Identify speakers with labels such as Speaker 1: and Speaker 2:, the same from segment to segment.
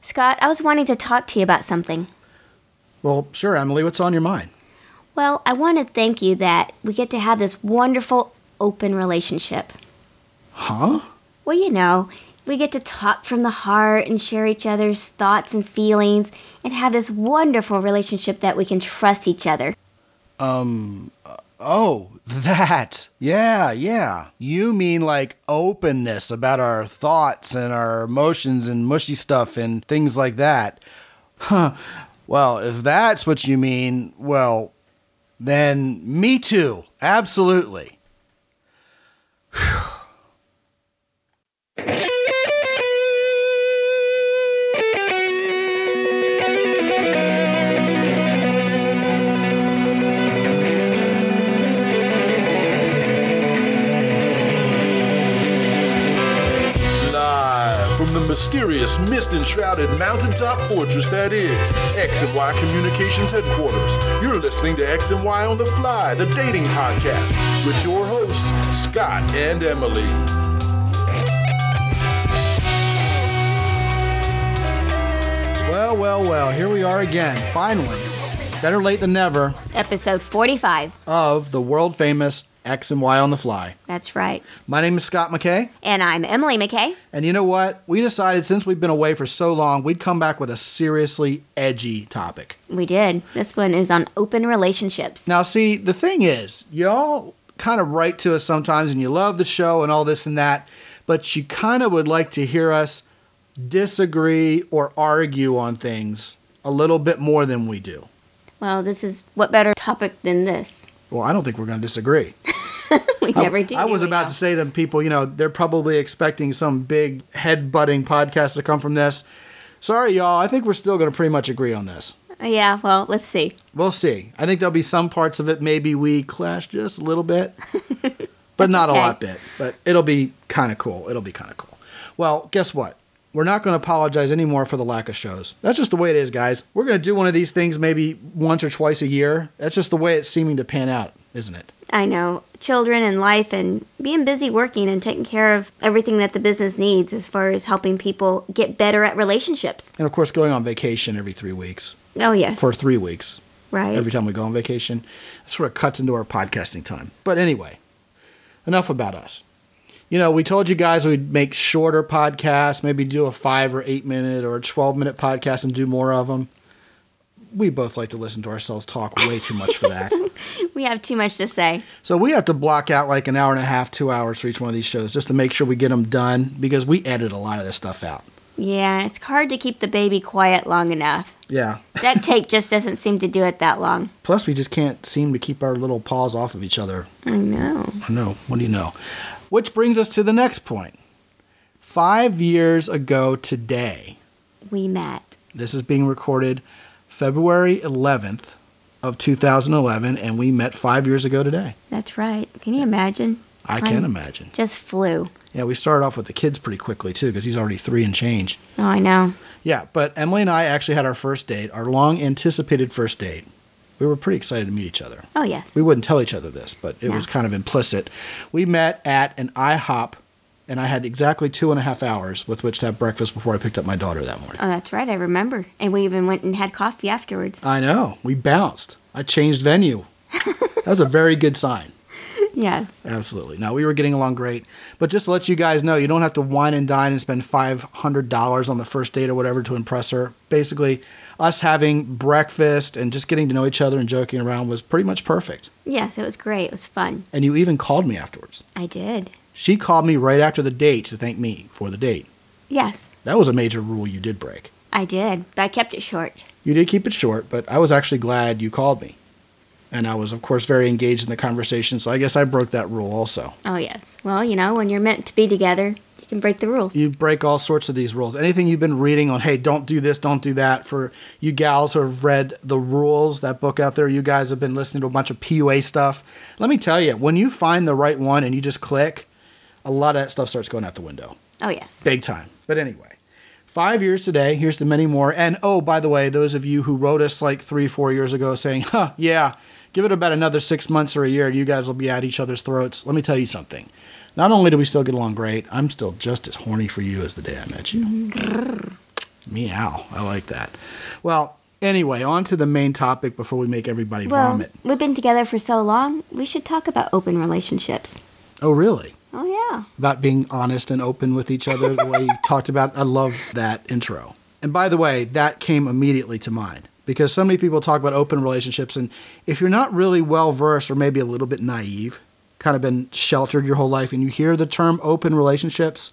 Speaker 1: Scott, I was wanting to talk to you about something.
Speaker 2: Well, sure, Emily, what's on your mind?
Speaker 1: Well, I want to thank you that we get to have this wonderful open relationship.
Speaker 2: Huh?
Speaker 1: Well, you know, we get to talk from the heart and share each other's thoughts and feelings and have this wonderful relationship that we can trust each other.
Speaker 2: Um, oh, that. Yeah, yeah. You mean like openness about our thoughts and our emotions and mushy stuff and things like that. Huh. Well, if that's what you mean, well, then me too. Absolutely.
Speaker 3: Live from the mysterious, mist enshrouded mountaintop fortress that is X and Y Communications Headquarters. You're listening to X and Y on the Fly, the dating podcast, with your hosts, Scott and Emily.
Speaker 2: Well, well, well, here we are again, finally. Better late than never
Speaker 1: Episode 45.
Speaker 2: of the world famous X and Y on the Fly.
Speaker 1: That's right.
Speaker 2: My name is Scott McKay.
Speaker 1: And I'm Emily McKay.
Speaker 2: And you know what? We decided since we've been away for so long, we'd come back with a seriously edgy topic.
Speaker 1: We did. This one is on open relationships.
Speaker 2: Now, see, the thing is, y'all kind of write to us sometimes and you love the show and all this and that, but you kind of would like to hear us disagree or argue on things a little bit more than we do.
Speaker 1: Well, this is what better topic than this?
Speaker 2: Well, I don't think we're going to disagree.
Speaker 1: We never do.
Speaker 2: I
Speaker 1: do
Speaker 2: was
Speaker 1: we
Speaker 2: about
Speaker 1: now?
Speaker 2: to say to people, you know, they're probably expecting some big headbutting podcast to come from this. Sorry, y'all. I think we're still going to pretty much agree on this.
Speaker 1: Yeah, well, let's see.
Speaker 2: We'll see. I think there'll be some parts of it maybe we clash just a little bit, but not
Speaker 1: okay.
Speaker 2: a lot bit. But it'll be kind of cool. It'll be kind of cool. Well, guess what? We're not going to apologize anymore for the lack of shows. That's just the way it is, guys. We're going to do one of these things maybe once or twice a year. That's just the way it's seeming to pan out, isn't it?
Speaker 1: I know children and life and being busy working and taking care of everything that the business needs as far as helping people get better at relationships.
Speaker 2: And of course, going on vacation every three weeks
Speaker 1: Oh, yes.
Speaker 2: for three weeks.
Speaker 1: right.
Speaker 2: every time we go on vacation. It sort of cuts into our podcasting time. But anyway, enough about us. You know, we told you guys we'd make shorter podcasts, maybe do a five or eight minute or a 12 minute podcast and do more of them. We both like to listen to ourselves talk way too much for that.
Speaker 1: we have too much to say.
Speaker 2: So we have to block out like an hour and a half, two hours for each one of these shows just to make sure we get them done because we edit a lot of this stuff out.
Speaker 1: Yeah, it's hard to keep the baby quiet long enough.
Speaker 2: Yeah.
Speaker 1: Duct tape just doesn't seem to do it that long.
Speaker 2: Plus, we just can't seem to keep our little paws off of each other
Speaker 1: I know.
Speaker 2: I know. What do you know? Which brings us to the next point. Five years ago today,
Speaker 1: We met.
Speaker 2: this is being recorded February 11th of 2011, and we met five years ago today.
Speaker 1: That's right. Can you imagine?
Speaker 2: I
Speaker 1: Time
Speaker 2: can imagine.
Speaker 1: Just flew.
Speaker 2: Yeah, we started off with the kids pretty quickly, too, because he's already three and change.
Speaker 1: Oh, I know.
Speaker 2: Yeah, but Emily and I actually had our first date, our long anticipated first date. We were pretty excited to meet each other.
Speaker 1: Oh, yes.
Speaker 2: We wouldn't tell each other this, but it
Speaker 1: No.
Speaker 2: was kind of implicit. We met at an IHOP, and I had exactly two and a half hours with which to have breakfast before I picked up my daughter that morning.
Speaker 1: Oh, that's right. I remember. And we even went and had coffee afterwards.
Speaker 2: I know. We bounced. I changed venue. that was a very good sign.
Speaker 1: Yes.
Speaker 2: Absolutely. Now, we were getting along great. But just to let you guys know, you don't have to wine and dine and spend $500 on the first date or whatever to impress her. Basically, us having breakfast and just getting to know each other and joking around was pretty much perfect.
Speaker 1: Yes, it was great. It was fun.
Speaker 2: And you even called me afterwards.
Speaker 1: I did.
Speaker 2: She called me right after the date to thank me for the date.
Speaker 1: Yes,
Speaker 2: That was a major rule you did break.
Speaker 1: I did. But I kept it short.
Speaker 2: You did keep it short, but I was actually glad you called me. And I was, of course, very engaged in the conversation, so I guess I broke that rule also.
Speaker 1: Oh, yes. Well, you know, when you're meant to be together, you can break the rules.
Speaker 2: You break all sorts of these rules. Anything you've been reading on, hey, don't do this, don't do that, for you gals who have read The Rules, that book out there, you guys have been listening to a bunch of PUA stuff. Let me tell you, when you find the right one and you just click, a lot of that stuff starts going out the window.
Speaker 1: Oh, yes.
Speaker 2: Big time. But anyway, five years today. Here's to many more. And oh, by the way, those of you who wrote us like three, four years ago saying, huh, yeah, give it about another six months or a year and you guys will be at each other's throats. Let me tell you something. Not only do we still get along great, I'm still just as horny for you as the day I met you. Meow. I like that. Well, anyway, on to the main topic before we make everybody
Speaker 1: Well,
Speaker 2: vomit.
Speaker 1: we've been together for so long, we should talk about open relationships.
Speaker 2: Oh, really?
Speaker 1: Oh, yeah.
Speaker 2: About being honest and open with each other, the way you talked about. I love that intro. And by the way, that came immediately to mind because so many people talk about open relationships. And if you're not really well versed or maybe a little bit naive, kind of been sheltered your whole life, and you hear the term open relationships,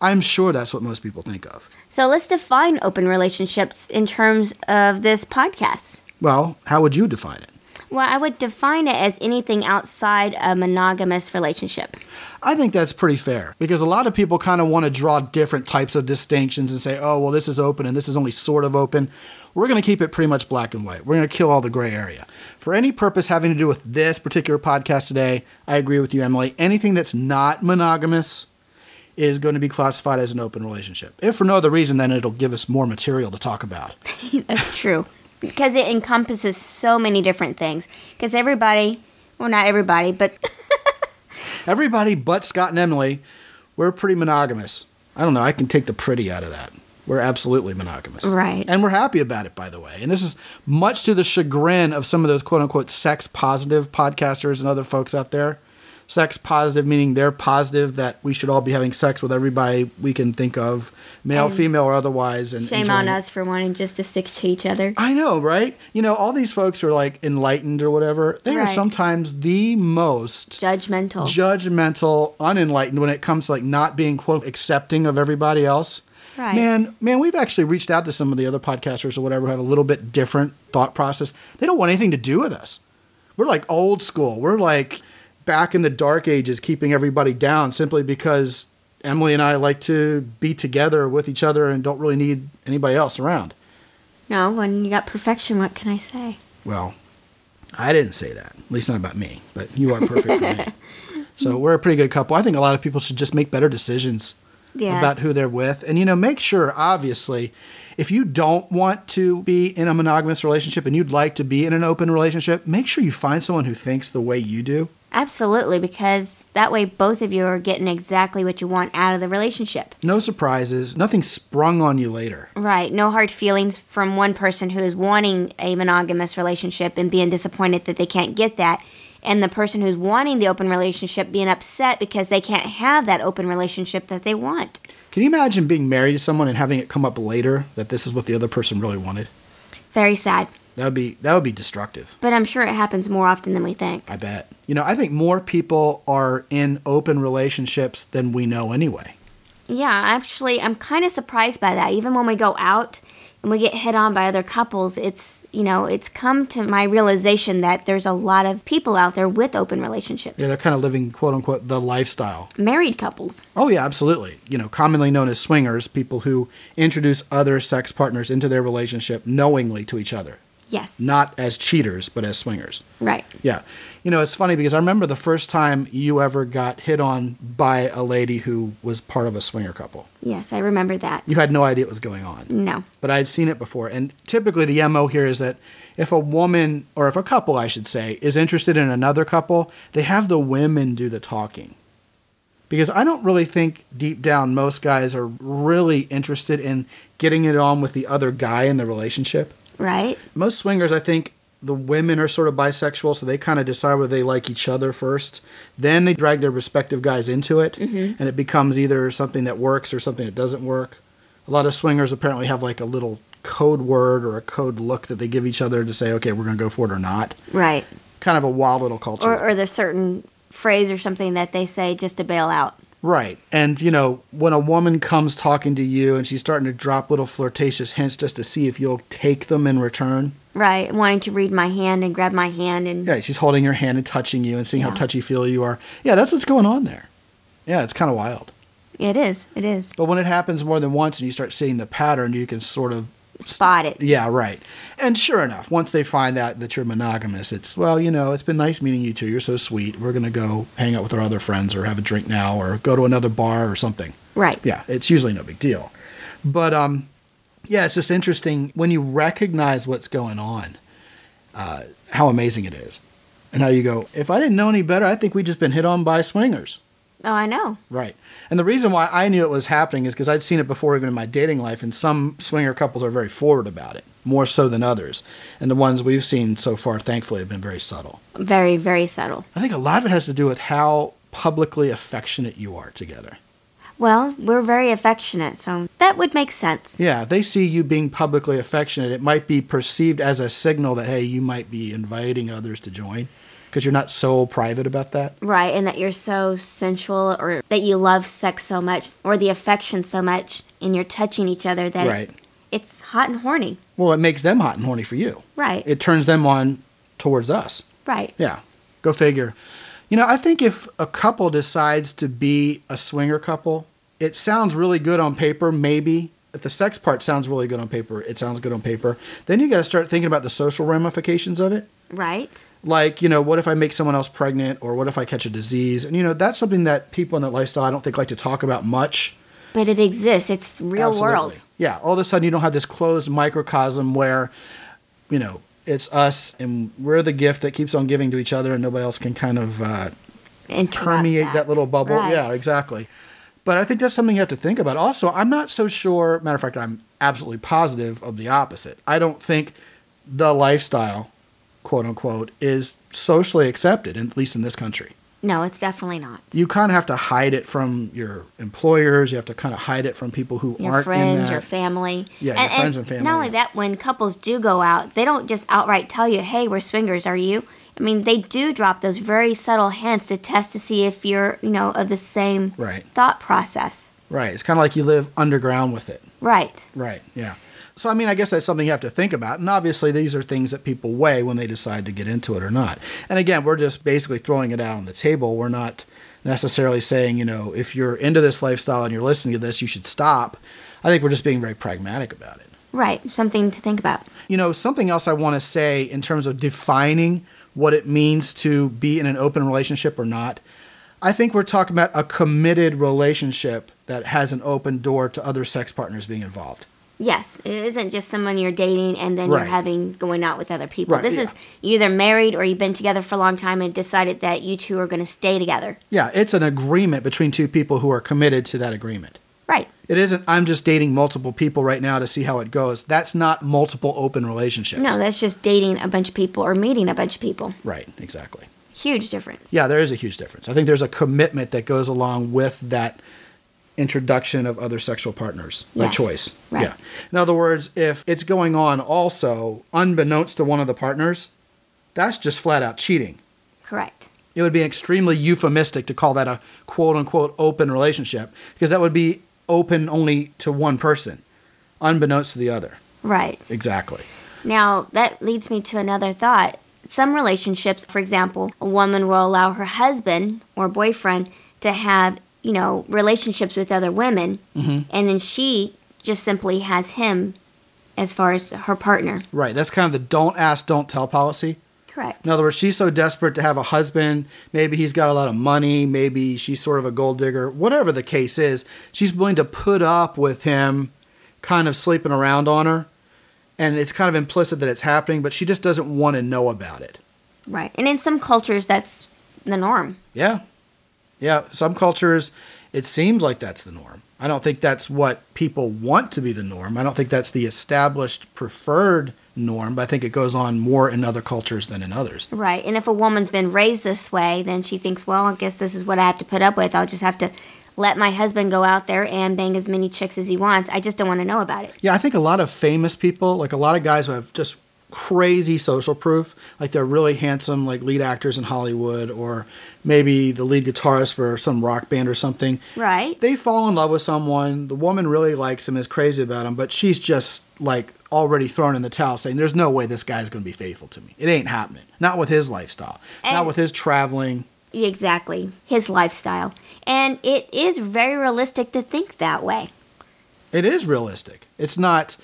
Speaker 2: I'm sure that's what most people think of.
Speaker 1: So let's define open relationships in terms of this podcast.
Speaker 2: Well, how would you define it?
Speaker 1: Well, I would define it as anything outside a monogamous relationship.
Speaker 2: I think that's pretty fair because a lot of people kind of want to draw different types of distinctions and say, oh, well, this is open and this is only sort of open. We're going to keep it pretty much black and white. We're going to kill all the gray area. For any purpose having to do with this particular podcast today, I agree with you, Emily. Anything that's not monogamous is going to be classified as an open relationship. If for no other reason, then it'll give us more material to talk about.
Speaker 1: That's true. Because it encompasses so many different things. Because everybody, well, not everybody, but
Speaker 2: Everybody but Scott and Emily, we're pretty monogamous. I don't know. I can take the pretty out of that. We're absolutely monogamous.
Speaker 1: Right.
Speaker 2: And we're happy about it, by the way. And this is much to the chagrin of some of those quote unquote sex positive podcasters and other folks out there. Sex positive meaning they're positive that we should all be having sex with everybody we can think of, male, female, or otherwise. And
Speaker 1: shame
Speaker 2: enjoying
Speaker 1: on
Speaker 2: it.
Speaker 1: us for wanting just to stick to each other.
Speaker 2: I know, right? You know, all these folks who are like enlightened or whatever. They are
Speaker 1: Right.
Speaker 2: sometimes the most
Speaker 1: Judgmental.
Speaker 2: judgmental, unenlightened when it comes to like not being quote accepting of everybody else.
Speaker 1: Right.
Speaker 2: Man, man, we've actually reached out to some of the other podcasters or whatever who have a little bit different thought process. They don't want anything to do with us. We're like old school. We're like back in the dark ages keeping everybody down simply because Emily and I like to be together with each other and don't really need anybody else around.
Speaker 1: no, when you got perfection, what can I say?
Speaker 2: Well, I didn't say that. At least not about me. But you are perfect for me. So we're a pretty good couple. I think a lot of people should just make better decisions
Speaker 1: Yes.
Speaker 2: about who they're with. And you know, make sure obviously if you don't want to be in a monogamous relationship and you'd like to be in an open relationship, make sure you find someone who thinks the way you do.
Speaker 1: Absolutely, because that way both of you are getting exactly what you want out of the relationship.
Speaker 2: No surprises, nothing sprung on you later.
Speaker 1: Right. No hard feelings from one person who is wanting a monogamous relationship and being disappointed that they can't get that. And the person who's wanting the open relationship being upset because they can't have that open relationship that they want.
Speaker 2: Can you imagine being married to someone and having it come up later that this is what the other person really wanted?
Speaker 1: Very sad.
Speaker 2: That would be that would be destructive.
Speaker 1: But I'm sure it happens more often than we think.
Speaker 2: I bet. You know, I think more people are in open relationships than we know anyway.
Speaker 1: Yeah, actually, I'm kind of surprised by that. Even when we go out and we get hit on by other couples, it's, you know, it's come to my realization that there's a lot of people out there with open relationships.
Speaker 2: Yeah, they're kind of living quote unquote the lifestyle.
Speaker 1: Married couples.
Speaker 2: Oh, yeah, absolutely. You know, commonly known as swingers, people who introduce other sex partners into their relationship knowingly to each other,
Speaker 1: Yes.
Speaker 2: not as cheaters, but as swingers.
Speaker 1: right.
Speaker 2: Yeah. You know, it's funny because I remember the first time you ever got hit on by a lady who was part of a swinger couple.
Speaker 1: Yes, I remember that.
Speaker 2: You had no idea what was going on.
Speaker 1: No.
Speaker 2: but I had seen it before. And typically, the MO here is that if a woman, or if a couple, I should say, is interested in another couple, they have the women do the talking. Because I don't really think deep down most guys are really interested in getting it on with the other guy in the relationship.
Speaker 1: Right?
Speaker 2: Most swingers, I think the women are sort of bisexual, so they kind of decide whether they like each other first. Then they drag their respective guys into it,
Speaker 1: Mm-hmm.
Speaker 2: and it becomes either something that works or something that doesn't work. A lot of swingers apparently have like a little code word or a code look that they give each other to say, okay, we're going to go for it or not.
Speaker 1: Right.
Speaker 2: Kind of a wild little culture.
Speaker 1: Or, or there's certain phrase or something that they say just to bail out.
Speaker 2: Right. And, you know, when a woman comes talking to you and she's starting to drop little flirtatious hints just to see if you'll take them in return,
Speaker 1: Right. Wanting to read my hand and grab my hand and
Speaker 2: Yeah, she's holding your hand and touching you and seeing how
Speaker 1: Yeah.
Speaker 2: touchy feely you are. Yeah, that's what's going on there. Yeah, it's kind of wild.
Speaker 1: it is. It is.
Speaker 2: But when it happens more than once and you start seeing the pattern, you can sort of,
Speaker 1: Spot it.
Speaker 2: yeah, right. And sure enough, once they find out that you're monogamous, it's, well, you know, it's been nice meeting you two. You're so sweet. We're going to go hang out with our other friends or have a drink now or go to another bar or something.
Speaker 1: Right.
Speaker 2: Yeah, it's usually no big deal. But um, yeah, it's just interesting when you recognize what's going on, uh, how amazing it is, and how you go, if I didn't know any better, I think we'd just been hit on by swingers.
Speaker 1: Oh, I know.
Speaker 2: Right. And the reason why I knew it was happening is because I'd seen it before, even in my dating life, and some swinger couples are very forward about it, more so than others. And the ones we've seen so far, thankfully, have been very subtle.
Speaker 1: Very, very subtle.
Speaker 2: I think a lot of it has to do with how publicly affectionate you are together.
Speaker 1: Well, we're very affectionate, so that would make sense.
Speaker 2: Yeah, if they see you being publicly affectionate, it might be perceived as a signal that, hey, you might be inviting others to join because you're not so private about that.
Speaker 1: Right, and that you're so sensual or that you love sex so much or the affection so much and you're touching each other that it-
Speaker 2: Right.
Speaker 1: it's hot and horny.
Speaker 2: Well, it makes them hot and horny for you.
Speaker 1: Right.
Speaker 2: It turns them on towards us.
Speaker 1: right.
Speaker 2: Yeah, go figure. You know, I think if a couple decides to be a swinger couple, it sounds really good on paper, maybe. If the sex part sounds really good on paper, it sounds good on paper. Then you got to start thinking about the social ramifications of it.
Speaker 1: Right.
Speaker 2: Like, you know, what if I make someone else pregnant or what if I catch a disease? And, you know, that's something that people in that lifestyle I don't think like to talk about much.
Speaker 1: But it exists. It's real
Speaker 2: Absolutely.
Speaker 1: world.
Speaker 2: Yeah. All of a sudden, you don't have this closed microcosm where, you know, it's us and we're the gift that keeps on giving to each other and nobody else can kind of uh,
Speaker 1: Interrupt
Speaker 2: permeate that. little bubble.
Speaker 1: Right.
Speaker 2: Yeah, exactly. But I think that's something you have to think about. Also, I'm not so sure. Matter of fact, I'm absolutely positive of the opposite. I don't think the lifestyle, quote unquote, is socially accepted, at least in this country.
Speaker 1: No, it's definitely not.
Speaker 2: You kind of have to hide it from your employers. You have to kind of hide it from people who
Speaker 1: Your
Speaker 2: aren't in
Speaker 1: friends,
Speaker 2: that.
Speaker 1: your family.
Speaker 2: Yeah, your friends and family,
Speaker 1: Not only
Speaker 2: yeah.
Speaker 1: that, when couples do go out, they don't just outright tell you, hey, we're swingers, are you? I mean, they do drop those very subtle hints to test to see if you're, you know, of the same
Speaker 2: Right.
Speaker 1: thought process.
Speaker 2: Right. It's kind of like you live underground with it.
Speaker 1: Right.
Speaker 2: Right. Yeah. So, I mean, I guess that's something you have to think about. And obviously, these are things that people weigh when they decide to get into it or not. And again, we're just basically throwing it out on the table. We're not necessarily saying, you know, if you're into this lifestyle and you're listening to this, you should stop. I think we're just being very pragmatic about it.
Speaker 1: Right. Something to think about.
Speaker 2: You know, something else I want to say in terms of defining what it means to be in an open relationship or not. I think we're talking about a committed relationship that has an open door to other sex partners being involved.
Speaker 1: Yes, it isn't just someone you're dating and then
Speaker 2: Right.
Speaker 1: you're having going out with other people.
Speaker 2: Right,
Speaker 1: this
Speaker 2: yeah.
Speaker 1: is you either married or you've been together for a long time and decided that you two are going to stay together.
Speaker 2: Yeah, it's an agreement between two people who are committed to that agreement.
Speaker 1: Right.
Speaker 2: It isn't, I'm just dating multiple people right now to see how it goes. That's not multiple open relationships.
Speaker 1: No, that's just dating a bunch of people or meeting a bunch of people.
Speaker 2: right, exactly.
Speaker 1: Huge difference.
Speaker 2: Yeah, there is a huge difference. I think there's a commitment that goes along with that introduction of other sexual partners by
Speaker 1: Yes,
Speaker 2: choice.
Speaker 1: right.
Speaker 2: Yeah. In other words, if it's going on also unbeknownst to one of the partners, that's just flat out cheating.
Speaker 1: Correct.
Speaker 2: It would be extremely euphemistic to call that a quote unquote open relationship because that would be open only to one person, unbeknownst to the other.
Speaker 1: Right.
Speaker 2: Exactly.
Speaker 1: Now, that leads me to another thought. Some relationships, for example, a woman will allow her husband or boyfriend to have, you know, relationships with other women, and then she just simply has him as far as her partner.
Speaker 2: Right. That's kind of the don't ask, don't tell policy.
Speaker 1: Correct.
Speaker 2: In other words, she's so desperate to have a husband. Maybe he's got a lot of money. Maybe she's sort of a gold digger. Whatever the case is, she's willing to put up with him kind of sleeping around on her. And it's kind of implicit that it's happening, but she just doesn't want to know about it.
Speaker 1: Right. And in some cultures, that's the norm.
Speaker 2: Yeah. Yeah. Some cultures, it seems like that's the norm. I don't think that's what people want to be the norm. I don't think that's the established preferred norm, but I think it goes on more in other cultures than in others.
Speaker 1: Right. And if a woman's been raised this way, then she thinks, well, I guess this is what I have to put up with. I'll just have to let my husband go out there and bang as many chicks as he wants. I just don't want to know about it.
Speaker 2: Yeah. I think a lot of famous people, like a lot of guys who have just crazy social proof, like they're really handsome, like lead actors in Hollywood, or maybe the lead guitarist for some rock band or something.
Speaker 1: Right.
Speaker 2: they fall in love with someone. The woman really likes him, is crazy about him, but she's just like already thrown in the towel, saying, "There's no way this guy's going to be faithful to me. It ain't happening. Not with his lifestyle. not
Speaker 1: And-
Speaker 2: with his traveling."
Speaker 1: Exactly. His lifestyle. And it is very realistic to think that way.
Speaker 2: It is realistic. It's not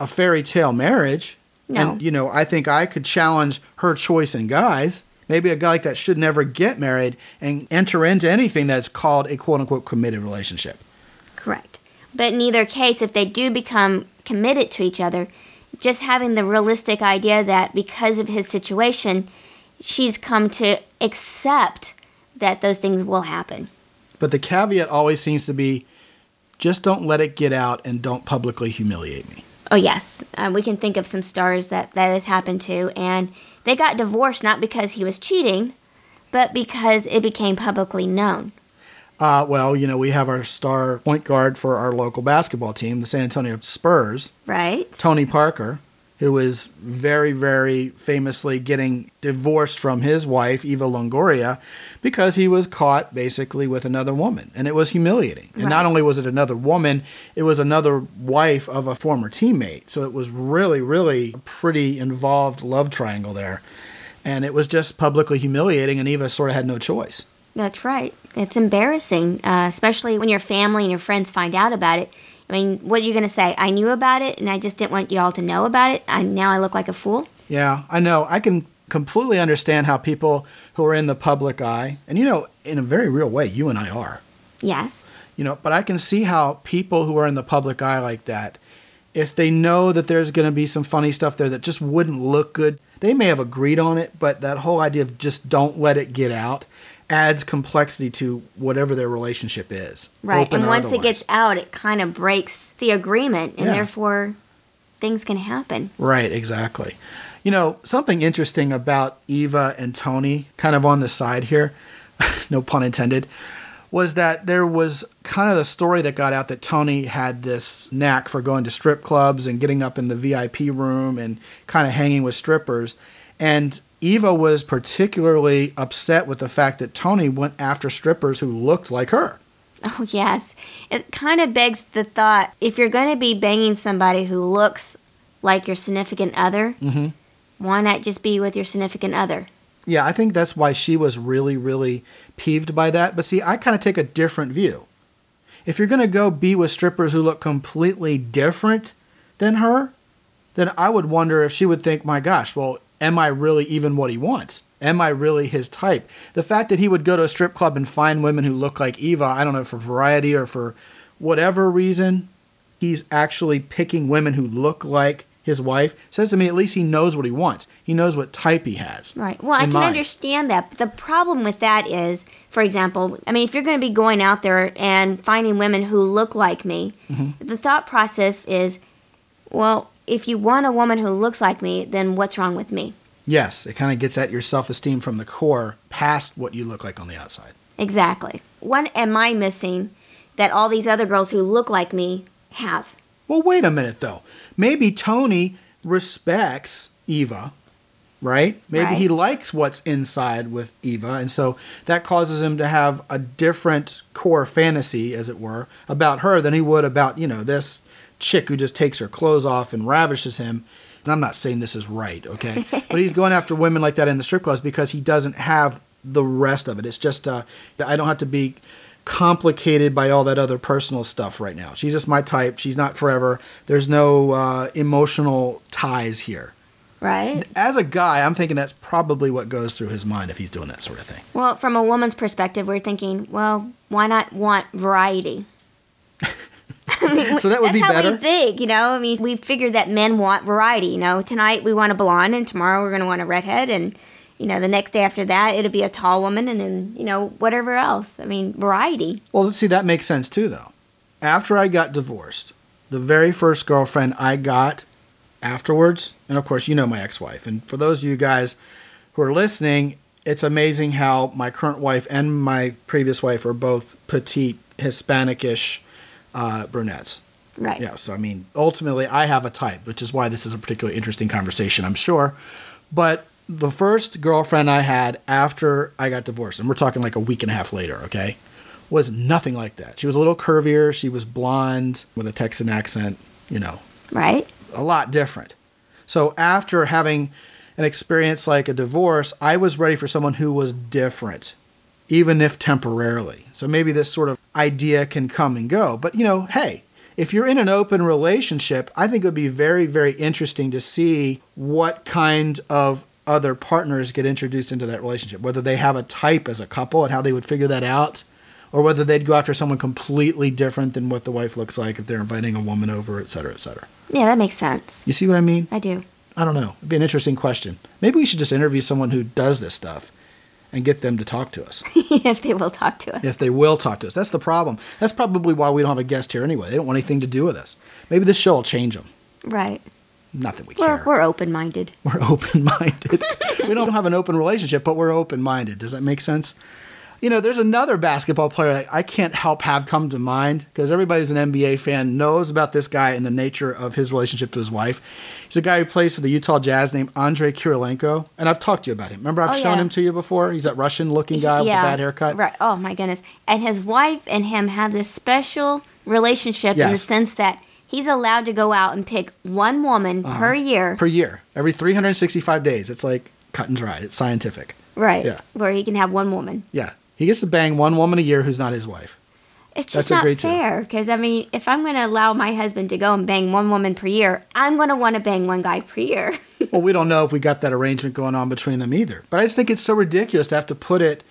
Speaker 2: a fairy tale marriage.
Speaker 1: No.
Speaker 2: And you know, I think I could challenge her choice in guys. Maybe a guy like that should never get married and enter into anything that's called a quote unquote committed relationship.
Speaker 1: Correct. But in either case, if they do become committed to each other, just having the realistic idea that because of his situation, she's come to accept that those things will happen.
Speaker 2: But the caveat always seems to be just don't let it get out and don't publicly humiliate me.
Speaker 1: Oh yes, um, we can think of some stars that that has happened to, and they got divorced not because he was cheating, but because it became publicly known.
Speaker 2: Uh, well, you know, we have our star point guard for our local basketball team, the San Antonio Spurs,
Speaker 1: Right?
Speaker 2: Tony Parker, who is very, very famously getting divorced from his wife, Eva Longoria, because he was caught basically with another woman. And it was humiliating. And not
Speaker 1: Right.
Speaker 2: only was it another woman, it was another wife of a former teammate. So it was really, really a pretty involved love triangle there. And it was just publicly humiliating, and Eva sort of had no choice.
Speaker 1: That's right. It's embarrassing, uh, especially when your family and your friends find out about it. I mean, what are you going to say? I knew about it, and I just didn't want y'all to know about it. I now I look like a fool.
Speaker 2: Yeah, I know. I can completely understand how people who are in the public eye, and you know, in a very real way, you and I are,
Speaker 1: Yes.
Speaker 2: you know, but I can see how people who are in the public eye like that, if they know that there's going to be some funny stuff there that just wouldn't look good, they may have agreed on it, but that whole idea of just don't let it get out adds complexity to whatever their relationship is.
Speaker 1: Right.
Speaker 2: open
Speaker 1: and
Speaker 2: or
Speaker 1: once it
Speaker 2: otherwise.
Speaker 1: gets out, it kind of breaks the agreement, and
Speaker 2: Yeah.
Speaker 1: therefore things can happen.
Speaker 2: Right, exactly. You know, something interesting about Eva and Tony, kind of on the side here, no pun intended, was that there was kind of the story that got out that Tony had this knack for going to strip clubs and getting up in the VIP room and kind of hanging with strippers. And Eva was particularly upset with the fact that Tony went after strippers who looked like her.
Speaker 1: Oh, yes. It kind of begs the thought if you're going to be banging somebody who looks like your significant other,
Speaker 2: Mm-hmm.
Speaker 1: why not just be with your significant other?
Speaker 2: Yeah, I think that's why she was really, really peeved by that. But see, I kind of take a different view. If you're going to go be with strippers who look completely different than her, then I would wonder if she would think, my gosh, well, am I really even what he wants? Am I really his type? The fact that he would go to a strip club and find women who look like Eva, I don't know, for variety or for whatever reason, he's actually picking women who look like his wife says to me at least he knows what he wants. He knows what type he has.
Speaker 1: Right. Well, I
Speaker 2: in
Speaker 1: can
Speaker 2: mind.
Speaker 1: understand that. But the problem with that is, for example, I mean, if you're going to be going out there and finding women who look like me,
Speaker 2: Mm-hmm.
Speaker 1: the thought process is, well, if you want a woman who looks like me, then what's wrong with me?
Speaker 2: Yes, it kind of gets at your self esteem from the core past what you look like on the outside.
Speaker 1: Exactly. What am I missing that all these other girls who look like me have?
Speaker 2: Well, wait a minute though. Maybe Tony respects Eva, right? Maybe
Speaker 1: Right.
Speaker 2: he likes what's inside with Eva, and so that causes him to have a different core fantasy, as it were, about her than he would about, you know, this chick who just takes her clothes off and ravishes him. And I'm not saying this is right, okay? but he's going after women like that in the strip clubs because he doesn't have the rest of it. It's just, uh, I don't have to be complicated by all that other personal stuff right now. She's just my type. She's not forever. There's no uh, emotional ties here.
Speaker 1: Right?
Speaker 2: As a guy, I'm thinking that's probably what goes through his mind if he's doing that sort of thing.
Speaker 1: Well, from a woman's perspective, we're thinking, well, why not want variety?
Speaker 2: So that would
Speaker 1: That's
Speaker 2: be
Speaker 1: how
Speaker 2: better.
Speaker 1: we think, you know. I mean, we figured that men want variety. You know, tonight we want a blonde, and tomorrow we're going to want a redhead, and you know, the next day after that it'll be a tall woman, and then you know, whatever else. I mean, variety.
Speaker 2: Well, see, that makes sense too, though. After I got divorced, the very first girlfriend I got afterwards, and of course, you know my ex wife. And for those of you guys who are listening, it's amazing how my current wife and my previous wife are both petite, Hispanic ish uh, brunettes.
Speaker 1: Right.
Speaker 2: Yeah, so I mean, ultimately, I have a type, which is why this is a particularly interesting conversation, I'm sure. But the first girlfriend I had after I got divorced, and we're talking like a week and a half later, okay, was nothing like that. She was a little curvier, she was blonde with a Texan accent, you know,
Speaker 1: Right.
Speaker 2: a lot different. So after having an experience like a divorce, I was ready for someone who was different, even if temporarily. So maybe this sort of idea can come and go. But you know, hey, if you're in an open relationship, I think it would be very, very interesting to see what kind of other partners get introduced into that relationship, whether they have a type as a couple and how they would figure that out, or whether they'd go after someone completely different than what the wife looks like if they're inviting a woman over, et cetera, et cetera.
Speaker 1: Yeah, that makes sense.
Speaker 2: You see what I mean?
Speaker 1: I do.
Speaker 2: I don't know. It'd be an interesting question. Maybe we should just interview someone who does this stuff and get them to talk to us
Speaker 1: if they will talk to us.
Speaker 2: if they will talk to us. That's the problem. That's probably why we don't have a guest here anyway. They don't want anything to do with us. Maybe this show will change them.
Speaker 1: Right.
Speaker 2: Not that we
Speaker 1: We're,
Speaker 2: care.
Speaker 1: we're open minded.
Speaker 2: we're open minded. we don't have an open relationship, but we're open minded. Does that make sense? You know, there's another basketball player that I can't help have come to mind because everybody who's an NBA fan knows about this guy and the nature of his relationship to his wife. He's a guy who plays for the Utah Jazz named Andre Kirilenko, and I've talked to you about him. Remember, I've
Speaker 1: Oh,
Speaker 2: shown
Speaker 1: yeah.
Speaker 2: him to you before. He's that Russian-looking guy with a bad haircut.
Speaker 1: Right. Oh my goodness. And his wife and him have this special relationship in the
Speaker 2: Yes.
Speaker 1: sense that he's allowed to go out and pick one woman per year.
Speaker 2: Uh-huh. per year, every 365 days. It's like cut and dried. It's scientific.
Speaker 1: right.
Speaker 2: yeah.
Speaker 1: Where he can have one woman.
Speaker 2: Yeah, he gets to bang one woman a year who's not his wife.
Speaker 1: It's
Speaker 2: That's
Speaker 1: just
Speaker 2: a
Speaker 1: not
Speaker 2: great tip.
Speaker 1: fair because I mean, if I'm going to allow my husband to go and bang one woman per year, I'm going to want to bang one guy per year.
Speaker 2: Well, we don't know if we got that arrangement going on between them either. But I just think it's so ridiculous to have to put it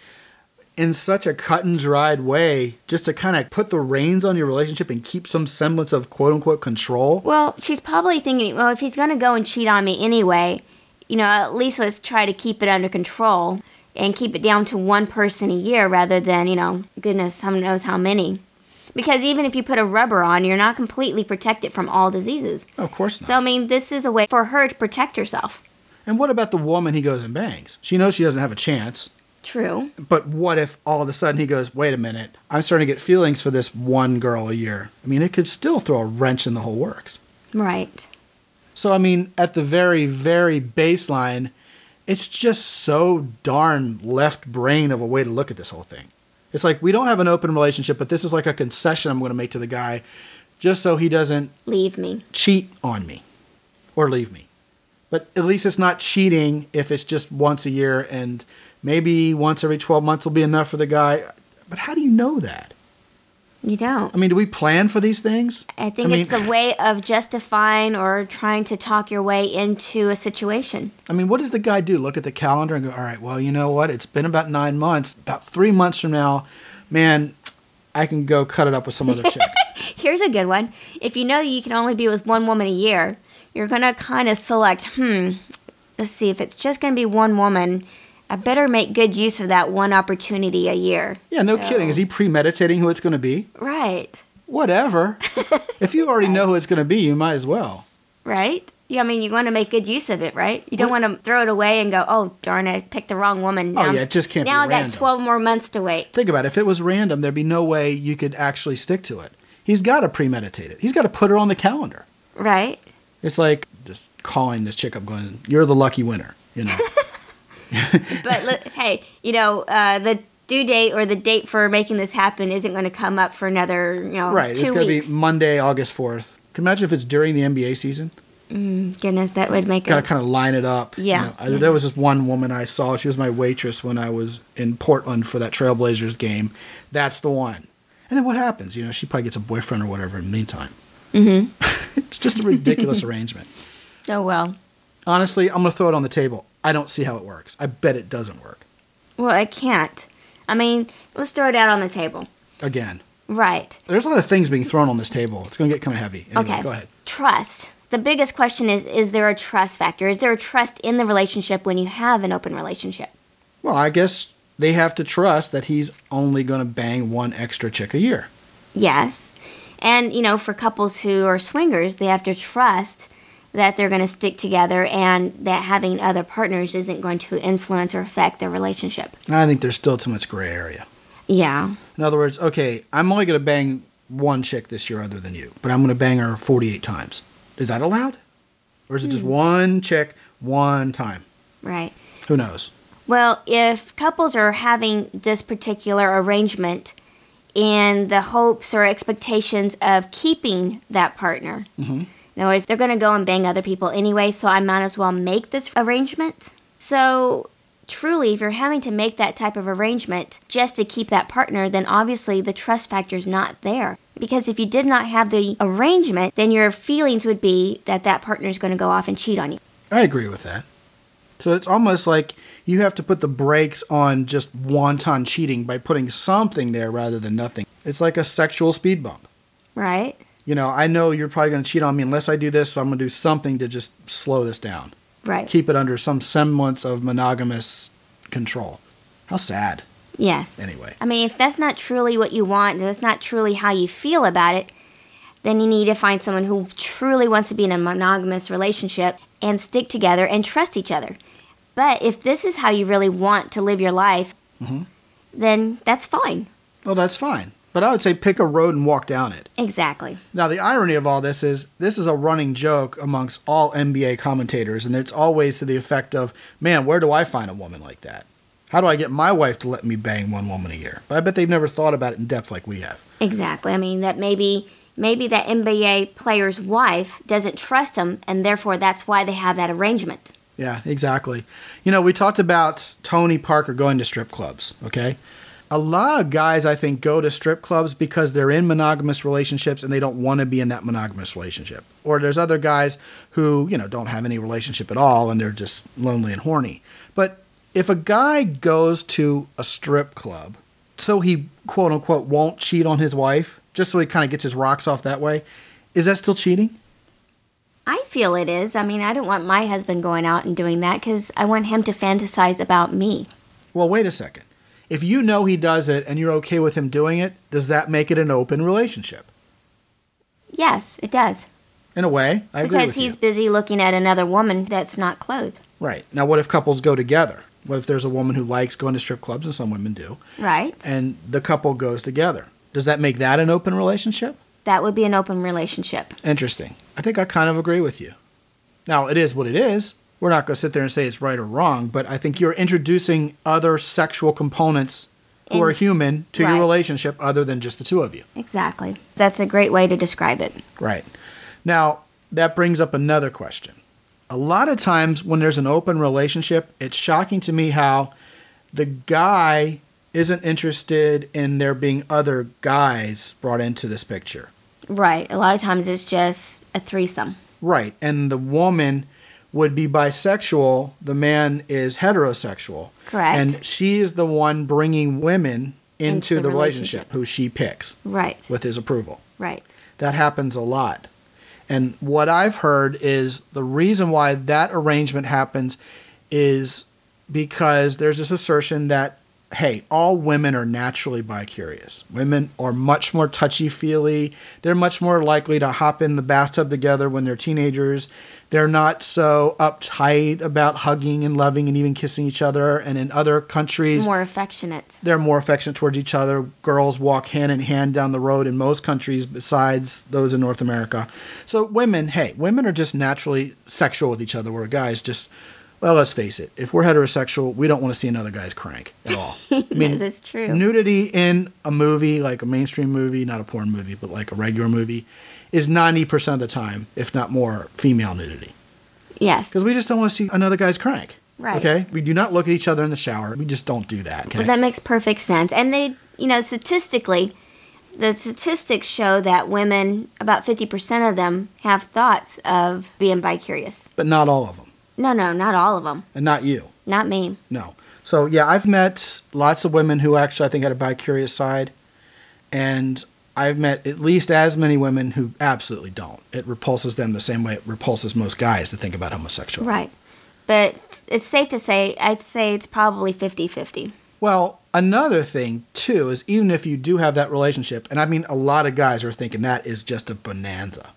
Speaker 2: in such a cut and dried way, just to kind of put the reins on your relationship and keep some semblance of quote unquote control.
Speaker 1: well, she's probably thinking, well, if he's going to go and cheat on me anyway, you know, at least let's try to keep it under control and keep it down to one person a year rather than, you know, goodness, who knows how many. Because even if you put a rubber on, you're not completely protected from all diseases.
Speaker 2: Of course not.
Speaker 1: So, I mean, this is a way for her to protect herself.
Speaker 2: and what about the woman he goes and bangs? She knows she doesn't have a chance.
Speaker 1: True.
Speaker 2: But what if all of a sudden he goes, wait a minute, I'm starting to get feelings for this one girl a year? I mean, it could still throw a wrench in the whole works.
Speaker 1: Right.
Speaker 2: So, I mean, at the very, very baseline, it's just so darn left brain of a way to look at this whole thing. It's like we don't have an open relationship, but this is like a concession I'm going to make to the guy just so he doesn't
Speaker 1: Leave me.
Speaker 2: cheat on me or leave me. But at least it's not cheating if it's just once a year and maybe once every 12 months will be enough for the guy. But how do you know that?
Speaker 1: You don't.
Speaker 2: I mean, do we plan for these things?
Speaker 1: I think
Speaker 2: mean-
Speaker 1: it's a way of justifying or trying to talk your way into a situation.
Speaker 2: I mean, what does the guy do? Look at the calendar and go, all right, well, you know what? It's been about nine months. About three months from now, man, I can go cut it up with some other chick.
Speaker 1: Here's a good one. If you know you can only be with one woman a year, you're going to kind of select, hmm, let's see, if it's just going to be one woman, I better make good use of that one opportunity a year.
Speaker 2: Yeah, no
Speaker 1: No.
Speaker 2: kidding. Is he premeditating who it's going to be?
Speaker 1: Right.
Speaker 2: Whatever. if you already know who it's going to be, you might as well.
Speaker 1: Right? Yeah, I mean, you want to make good use of it, right? You don't want to throw it away and go, oh, darn, I picked the wrong woman.
Speaker 2: Oh,
Speaker 1: Now I'm
Speaker 2: yeah,
Speaker 1: s-
Speaker 2: it just can't be
Speaker 1: Now I got
Speaker 2: random.
Speaker 1: 12 more months to wait.
Speaker 2: Think about it. If it was random, there'd be no way you could actually stick to it. He's got to premeditate it. He's got to put her on the calendar.
Speaker 1: Right?
Speaker 2: It's like just calling this chick up, going, "You're the lucky winner," you know.
Speaker 1: but li- hey, you know, uh, the due date or the date for making this happen isn't going to come up for another, you know,
Speaker 2: right?
Speaker 1: two
Speaker 2: it's going to
Speaker 1: weeks.
Speaker 2: be Monday, August fourth. Can you imagine if it's during the NBA season?
Speaker 1: Goodness, that would make
Speaker 2: got to
Speaker 1: it.
Speaker 2: kind of line it up.
Speaker 1: Yeah.
Speaker 2: know. I, there was this one woman I saw. She was my waitress when I was in Portland for that Trailblazers game. That's the one. And then what happens? You know, she probably gets a boyfriend or whatever in the meantime. Mm-hmm. it's just a ridiculous arrangement.
Speaker 1: Oh well.
Speaker 2: Honestly, I'm going to throw it on the table. I don't see how it works. I bet it doesn't work.
Speaker 1: Well, I can't. I mean, let's throw it out on the table.
Speaker 2: Again,
Speaker 1: Right.
Speaker 2: there's a lot of things being thrown on this table. It's going to get kind of heavy. Anyway,
Speaker 1: Okay.
Speaker 2: Go ahead.
Speaker 1: Trust. The biggest question is: Is there a trust factor? Is there a trust in the relationship when you have an open relationship?
Speaker 2: Well, I guess they have to trust that he's only going to bang one extra chick a year.
Speaker 1: Yes. And, you know, for couples who are swingers, they have to trust that they're going to stick together and that having other partners isn't going to influence or affect their relationship.
Speaker 2: I think there's still too much gray area.
Speaker 1: Yeah.
Speaker 2: In other words, okay, I'm only going to bang one chick this year other than you, but I'm going to bang her 48 times. Is that allowed? Or is it just one chick, one time?
Speaker 1: Right.
Speaker 2: Who knows?
Speaker 1: Well, if couples are having this particular arrangement in the hopes or expectations of keeping that partner, in other words, they're going to go and bang other people anyway, so I might as well make this arrangement. So, truly, if you're having to make that type of arrangement just to keep that partner, then obviously the trust factor is not there. Because if you did not have the arrangement, then your feelings would be that that partner is going to go off and cheat on you.
Speaker 2: I agree with that. So it's almost like you have to put the brakes on just wanton cheating by putting something there rather than nothing. It's like a sexual speed bump.
Speaker 1: Right?
Speaker 2: You know, I know you're probably going to cheat on me unless I do this, so I'm going to do something to just slow this down,
Speaker 1: Right.
Speaker 2: keep it under some semblance of monogamous control. How sad.
Speaker 1: Yes.
Speaker 2: Anyway.
Speaker 1: I mean, if that's not truly what you want, and that's not truly how you feel about it, then you need to find someone who truly wants to be in a monogamous relationship and stick together and trust each other. But if this is how you really want to live your life, then that's fine.
Speaker 2: Well, that's fine. But I would say pick a road and walk down it.
Speaker 1: Exactly.
Speaker 2: Now, the irony of all this is this is a running joke amongst all NBA commentators, and it's always to the effect of, man, where do I find a woman like that? How do I get my wife to let me bang one woman a year? But I bet they've never thought about it in depth like we have.
Speaker 1: Exactly. I mean, that maybe maybe that NBA player's wife doesn't trust him, and therefore that's why they have that arrangement.
Speaker 2: Yeah, exactly. You know, we talked about Tony Parker going to strip clubs, okay? A lot of guys, I think, go to strip clubs because they're in monogamous relationships and they don't want to be in that monogamous relationship. Or there's other guys who, you know, don't have any relationship at all and they're just lonely and horny. But if a guy goes to a strip club so he, quote unquote, won't cheat on his wife, just so he kind of gets his rocks off that way, is that still cheating?
Speaker 1: I feel it is. I mean, I don't want my husband going out and doing that because I want him to fantasize about me.
Speaker 2: Well, wait a second. If you know he does it and you're okay with him doing it, does that make it an open relationship?
Speaker 1: Yes, it does.
Speaker 2: In a way, I agree
Speaker 1: because
Speaker 2: with
Speaker 1: he's
Speaker 2: you.
Speaker 1: busy looking at another woman that's not clothed.
Speaker 2: Right. Now, what if couples go together? What if there's a woman who likes going to strip clubs, and some women do,
Speaker 1: Right?
Speaker 2: and the couple goes together? Does that make that an open relationship?
Speaker 1: That would be an open relationship.
Speaker 2: Interesting. I think I kind of agree with you. Now, it is what it is. We're not going to sit there and say it's right or wrong, but I think you're introducing other sexual components who
Speaker 1: In-
Speaker 2: are human to
Speaker 1: Right.
Speaker 2: your relationship other than just the two of you.
Speaker 1: Exactly. That's a great way to describe it.
Speaker 2: Right. Now, that brings up another question. A lot of times when there's an open relationship, it's shocking to me how the guy isn't interested in there being other guys brought into this picture.
Speaker 1: Right. A lot of times it's just a threesome.
Speaker 2: Right. And the woman would be bisexual, the man is heterosexual.
Speaker 1: Correct.
Speaker 2: And she is the one bringing women into,
Speaker 1: Into
Speaker 2: the,
Speaker 1: the relationship.
Speaker 2: relationship who she picks
Speaker 1: Right.
Speaker 2: with his approval.
Speaker 1: right.
Speaker 2: That happens a lot. And what I've heard is the reason why that arrangement happens is because there's this assertion that, hey, all women are naturally bi curious. Women are much more touchy feely. They're much more likely to hop in the bathtub together when they're teenagers. They're not so uptight about hugging and loving and even kissing each other. And in other countries,
Speaker 1: More affectionate.
Speaker 2: they're more affectionate towards each other. Girls walk hand in hand down the road in most countries besides those in North America. So women, hey, women are just naturally sexual with each other where guys just well, let's face it. If we're heterosexual, we don't want to see another guy's crank at all. I mean,
Speaker 1: That's true.
Speaker 2: nudity in a movie, like a mainstream movie, not a porn movie, but like a regular movie, is 90% of the time, if not more, female nudity.
Speaker 1: yes.
Speaker 2: Because we just don't want to see another guy's crank.
Speaker 1: Right.
Speaker 2: Okay? We do not look at each other in the shower. We just don't do that. Okay?
Speaker 1: Well, that makes perfect sense. And they, you know, statistically, the statistics show that women, about 50% of them, have thoughts of being bicurious.
Speaker 2: but not all of them.
Speaker 1: No, no, not all of them.
Speaker 2: and not you.
Speaker 1: Not me.
Speaker 2: No. So yeah, I've met lots of women who actually I think had a bi-curious side, and I've met at least as many women who absolutely don't. It repulses them the same way it repulses most guys to think about homosexuality.
Speaker 1: Right. But it's safe to say, I'd say it's probably 50 50.
Speaker 2: Well, another thing too is even if you do have that relationship, and I mean a lot of guys are thinking that is just a bonanza.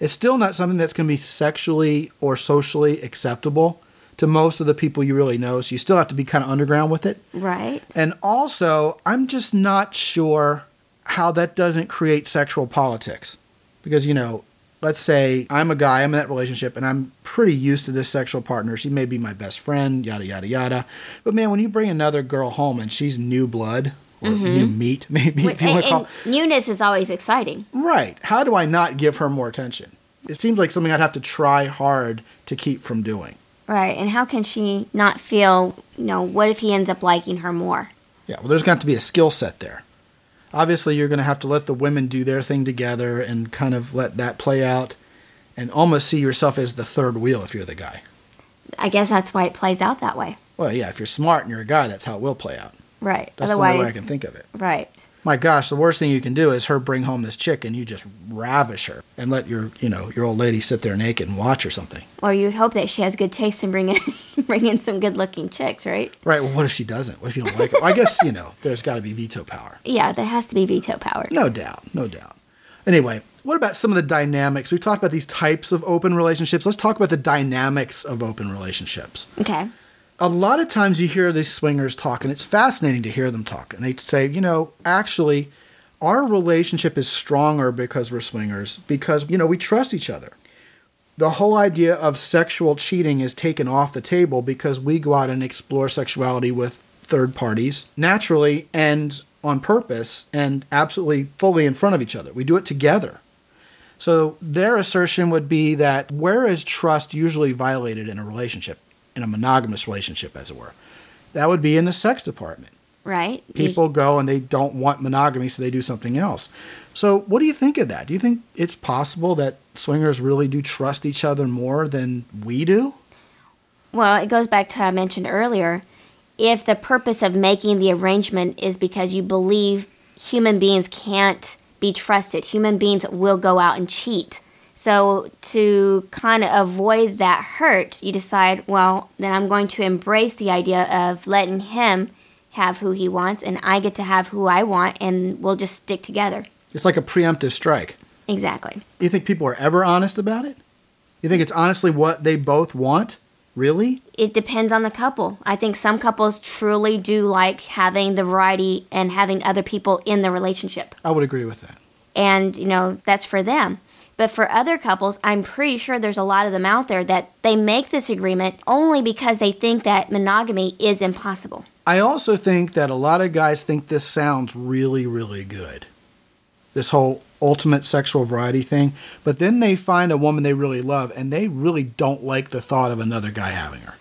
Speaker 2: It's still not something that's going to be sexually or socially acceptable to most of the people you really know. So you still have to be kind of underground with it.
Speaker 1: Right.
Speaker 2: And also, I'm just not sure how that doesn't create sexual politics. Because, you know, let's say I'm a guy, I'm in that relationship, and I'm pretty used to this sexual partner. She may be my best friend, yada, yada, yada. But man, when you bring another girl home and she's new blood or new meat, maybe,
Speaker 1: Wait,
Speaker 2: if you
Speaker 1: and,
Speaker 2: want to call
Speaker 1: and newness is always exciting.
Speaker 2: Right. How do I not give her more attention? It seems like something I'd have to try hard to keep from doing.
Speaker 1: Right. And how can she not feel, you know, what if he ends up liking her more?
Speaker 2: Yeah, well, there's got to be a skill set there. Obviously, you're going to have to let the women do their thing together and kind of let that play out and almost see yourself as the third wheel if you're the guy.
Speaker 1: I guess that's why it plays out that way.
Speaker 2: Well, yeah, if you're smart and you're a guy, that's how it will play out.
Speaker 1: Right.
Speaker 2: That's the only way I
Speaker 1: Otherwise,
Speaker 2: can think of it.
Speaker 1: right.
Speaker 2: my gosh, the worst thing you can do is her bring home this chick and you just ravish her and let your, you know, your old lady sit there naked and watch or something.
Speaker 1: Or you'd hope that she has good taste and bring in bring in some good looking chicks, right?
Speaker 2: Right. Well, what if she doesn't? What if you don't like her? I guess, you know, there's got to be veto power.
Speaker 1: Yeah, there has to be veto power.
Speaker 2: No doubt. No doubt. Anyway, what about some of the dynamics? We've talked about these types of open relationships. Let's talk about the dynamics of open relationships.
Speaker 1: Okay.
Speaker 2: a lot of times you hear these swingers talk, and it's fascinating to hear them talk. And they say, you know, actually, our relationship is stronger because we're swingers, because, you know, we trust each other. The whole idea of sexual cheating is taken off the table because we go out and explore sexuality with third parties naturally and on purpose and absolutely fully in front of each other. We do it together. So their assertion would be that where is trust usually violated in a relationship, in a monogamous relationship, as it were? That would be in the sex department.
Speaker 1: Right? You-
Speaker 2: People go and they don't want monogamy, so they do something else. So, what do you think of that? Do you think it's possible that swingers really do trust each other more than we do?
Speaker 1: Well, it goes back to what I mentioned earlier. If the purpose of making the arrangement is because you believe human beings can't be trusted, human beings will go out and cheat. So, to kind of avoid that hurt, you decide, well, then I'm going to embrace the idea of letting him have who he wants, and I get to have who I want, and we'll just stick together.
Speaker 2: It's like a preemptive strike.
Speaker 1: Exactly.
Speaker 2: You think people are ever honest about it? You think it's honestly what they both want? Really?
Speaker 1: it depends on the couple. I think some couples truly do like having the variety and having other people in the relationship.
Speaker 2: I would agree with that.
Speaker 1: And, you know, that's for them. But for other couples, I'm pretty sure there's a lot of them out there that they make this agreement only because they think that monogamy is impossible.
Speaker 2: I also think that a lot of guys think this sounds really, really good. This whole ultimate sexual variety thing. But then they find a woman they really love and they really don't like the thought of another guy having her.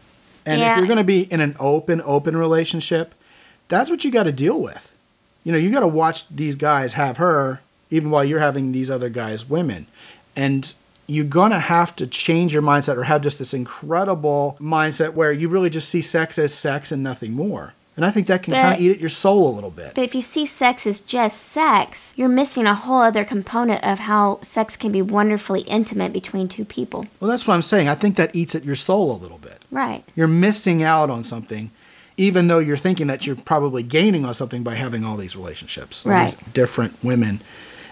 Speaker 2: And
Speaker 1: Yeah.
Speaker 2: if you're going to be in an open, open relationship, that's what you got to deal with. You know, you got to watch these guys have her even while you're having these other guys women. And you're going to have to change your mindset or have just this incredible mindset where you really just see sex as sex and nothing more. And I think that can
Speaker 1: But-
Speaker 2: kind of eat at your soul a little bit.
Speaker 1: But if you see sex as just sex, you're missing a whole other component of how sex can be wonderfully intimate between two people.
Speaker 2: Well, that's what I'm saying. I think that eats at your soul a little bit.
Speaker 1: Right.
Speaker 2: You're missing out on something, even though you're thinking that you're probably gaining on something by having all these relationships, all these
Speaker 1: Right.
Speaker 2: different women.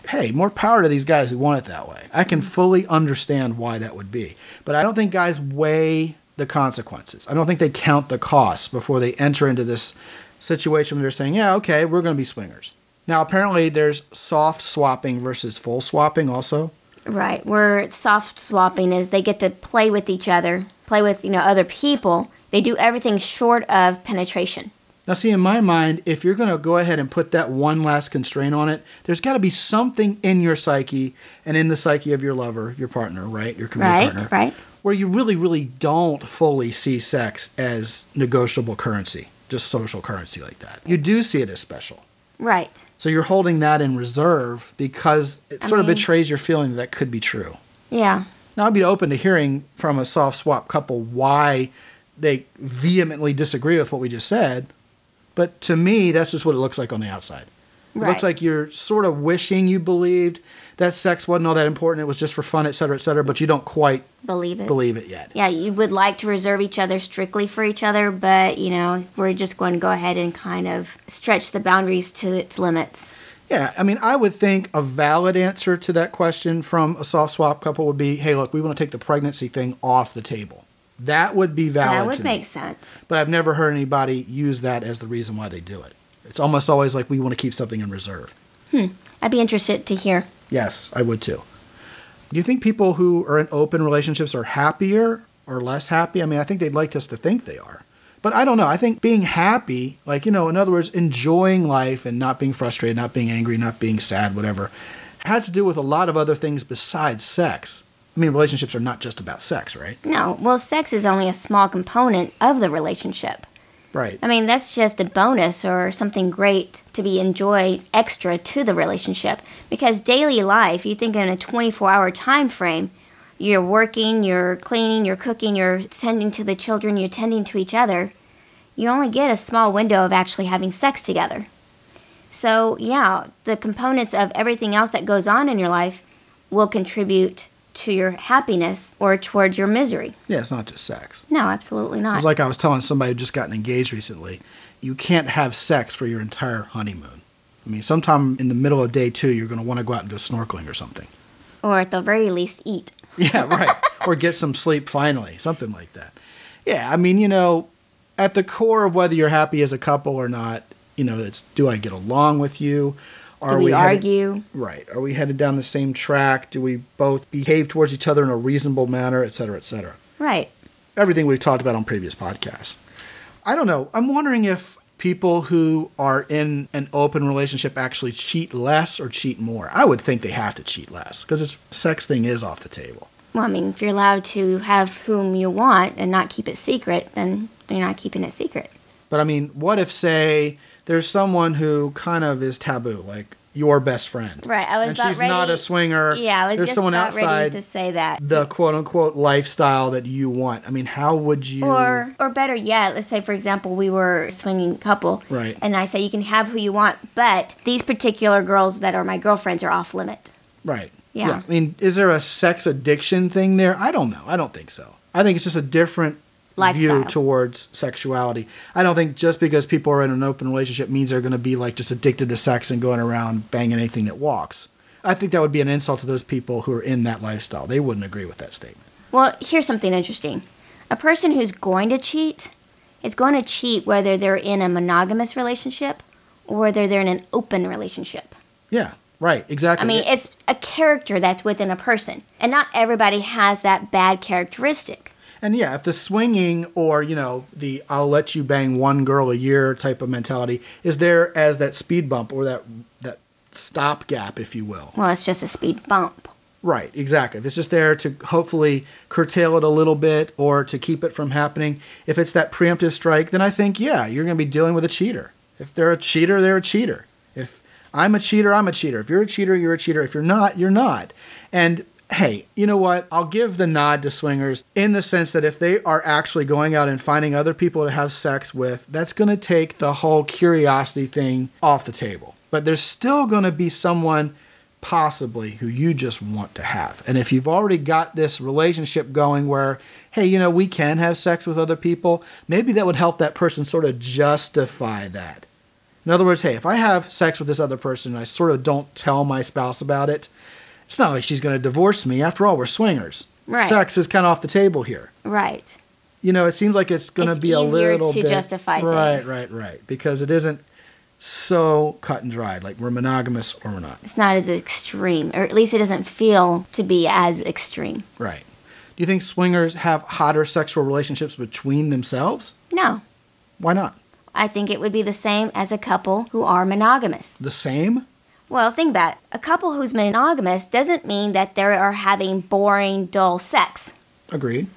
Speaker 2: Hey, more power to these guys who want it that way. I can fully understand why that would be. But I don't think guys weigh the consequences. I don't think they count the costs before they enter into this situation where they're saying, yeah, okay, we're going to be swingers. Now, apparently, there's soft swapping versus full swapping also.
Speaker 1: Right, where soft swapping is they get to play with each other, play with, you know, other people. They do everything short of penetration.
Speaker 2: Now, see, in my mind, if you're going to go ahead and put that one last constraint on it, there's got to be something in your psyche and in the psyche of your lover, your partner, right? Your committed
Speaker 1: Right,
Speaker 2: partner.
Speaker 1: right.
Speaker 2: Where you really, really don't fully see sex as negotiable currency, just social currency like that. You do see it as special.
Speaker 1: Right.
Speaker 2: So you're holding that in reserve because it
Speaker 1: I
Speaker 2: sort
Speaker 1: mean-
Speaker 2: of betrays your feeling that that could be true.
Speaker 1: Yeah.
Speaker 2: Now, I'd be open to hearing from a soft swap couple why they vehemently disagree with what we just said. But to me, that's just what it looks like on the outside. It
Speaker 1: Right.
Speaker 2: looks like you're sort of wishing you believed that sex wasn't all that important. It was just for fun, et cetera, et cetera. But you don't quite
Speaker 1: Believe it.
Speaker 2: believe it yet.
Speaker 1: Yeah, you would like to reserve each other strictly for each other, but, you know, we're just going to go ahead and kind of stretch the boundaries to its limits.
Speaker 2: Yeah, I mean, I would think a valid answer to that question from a soft swap couple would be, "Hey, look, we want to take the pregnancy thing off the table." That would be valid.
Speaker 1: that
Speaker 2: to
Speaker 1: would
Speaker 2: me.
Speaker 1: make sense.
Speaker 2: but I've never heard anybody use that as the reason why they do it. It's almost always like we want to keep something in reserve.
Speaker 1: I'd be interested to hear.
Speaker 2: Yes, I would too. Do you think people who are in open relationships are happier or less happy? I mean, I think they'd like us to think they are. But I don't know. I think being happy, like, you know, in other words, enjoying life and not being frustrated, not being angry, not being sad, whatever, has to do with a lot of other things besides sex. I mean, relationships are not just about sex, right?
Speaker 1: No, well, sex is only a small component of the relationship.
Speaker 2: Right.
Speaker 1: I mean, that's just a bonus or something great to be enjoyed extra to the relationship because daily life, you think in a 24-hour time frame, you're working, you're cleaning, you're cooking, you're tending to the children, you're tending to each other. You only get a small window of actually having sex together. So, yeah, the components of everything else that goes on in your life will contribute to your happiness or towards your misery.
Speaker 2: Yeah, it's not just sex.
Speaker 1: No, absolutely not.
Speaker 2: It's like I was telling somebody who just gotten engaged recently. You can't have sex for your entire honeymoon. I mean, sometime in the middle of day two, you're going to want to go out and go snorkeling or something.
Speaker 1: or at the very least, eat.
Speaker 2: Yeah, right. or get some sleep finally, something like that. Yeah, I mean, you know, at the core of whether you're happy as a couple or not, you know, it's do I get along with you?
Speaker 1: Do we,
Speaker 2: headed-
Speaker 1: argue?
Speaker 2: right. Are we headed down the same track? Do we both behave towards each other in a reasonable manner, et cetera, et cetera?
Speaker 1: Right.
Speaker 2: everything we've talked about on previous podcasts. I don't know. I'm wondering if people who are in an open relationship actually cheat less or cheat more. I would think they have to cheat less because this sex thing is off the table.
Speaker 1: Well, I mean, if you're allowed to have whom you want and not keep it secret, then you're not keeping it secret.
Speaker 2: But I mean, what if, say, there's someone who kind of is taboo, like your best friend?
Speaker 1: Right. I was
Speaker 2: and
Speaker 1: about
Speaker 2: she's not
Speaker 1: ready-
Speaker 2: a swinger.
Speaker 1: Yeah, I was
Speaker 2: there's
Speaker 1: just
Speaker 2: someone
Speaker 1: about ready
Speaker 2: outside
Speaker 1: to say that.
Speaker 2: the quote unquote lifestyle that you want. I mean, how would you?
Speaker 1: or or better yet, let's say for example we were a swinging couple,
Speaker 2: Right.
Speaker 1: And I say you can have who you want, but these particular girls that are my girlfriends are off limit.
Speaker 2: Right.
Speaker 1: Yeah.
Speaker 2: I mean, is there a sex addiction thing there? I don't know. I don't think so. I think it's just a different
Speaker 1: Lifestyle.
Speaker 2: view towards sexuality. I don't think just because people are in an open relationship means they're going to be like just addicted to sex and going around banging anything that walks. I think that would be an insult to those people who are in that lifestyle. They wouldn't agree with that statement.
Speaker 1: Well, here's something interesting. A person who's going to cheat is going to cheat whether they're in a monogamous relationship or whether they're in an open relationship.
Speaker 2: Yeah. Right. Exactly.
Speaker 1: I mean, it's a character that's within a person, and not everybody has that bad characteristic.
Speaker 2: And yeah, if the swinging or, you know, the I'll let you bang one girl a year type of mentality is there as that speed bump or that that stop gap, if you will.
Speaker 1: Well, it's just a speed bump.
Speaker 2: Right, exactly. If it's just there to hopefully curtail it a little bit or to keep it from happening, if it's that preemptive strike, then I think, yeah, you're going to be dealing with a cheater. If they're a cheater, they're a cheater. If I'm a cheater, I'm a cheater. If you're a cheater, you're a cheater. If you're not, you're not. And hey, you know what? I'll give the nod to swingers in the sense that if they are actually going out and finding other people to have sex with, that's going to take the whole curiosity thing off the table. But there's still going to be someone possibly who you just want to have. And if you've already got this relationship going where, hey, you know, we can have sex with other people, maybe that would help that person sort of justify that. In other words, hey, if I have sex with this other person and I sort of don't tell my spouse about it, it's not like she's going to divorce me. After all, we're swingers.
Speaker 1: Right.
Speaker 2: Sex is kind of off the table here
Speaker 1: Right.
Speaker 2: you know, it seems like it's going
Speaker 1: It's
Speaker 2: to be a
Speaker 1: easier
Speaker 2: little
Speaker 1: to
Speaker 2: bit
Speaker 1: justify
Speaker 2: right,
Speaker 1: things.
Speaker 2: right, right, because it isn't so cut and dried. Like we're monogamous or we're not.
Speaker 1: It's not as extreme, or at least it doesn't feel to be as extreme.
Speaker 2: Right. Do you think swingers have hotter sexual relationships between themselves?
Speaker 1: No.
Speaker 2: Why not?
Speaker 1: I think it would be the same as a couple who are monogamous.
Speaker 2: The same?
Speaker 1: Well, think about it. A couple who's monogamous doesn't mean that they are having boring, dull sex.
Speaker 2: Agreed.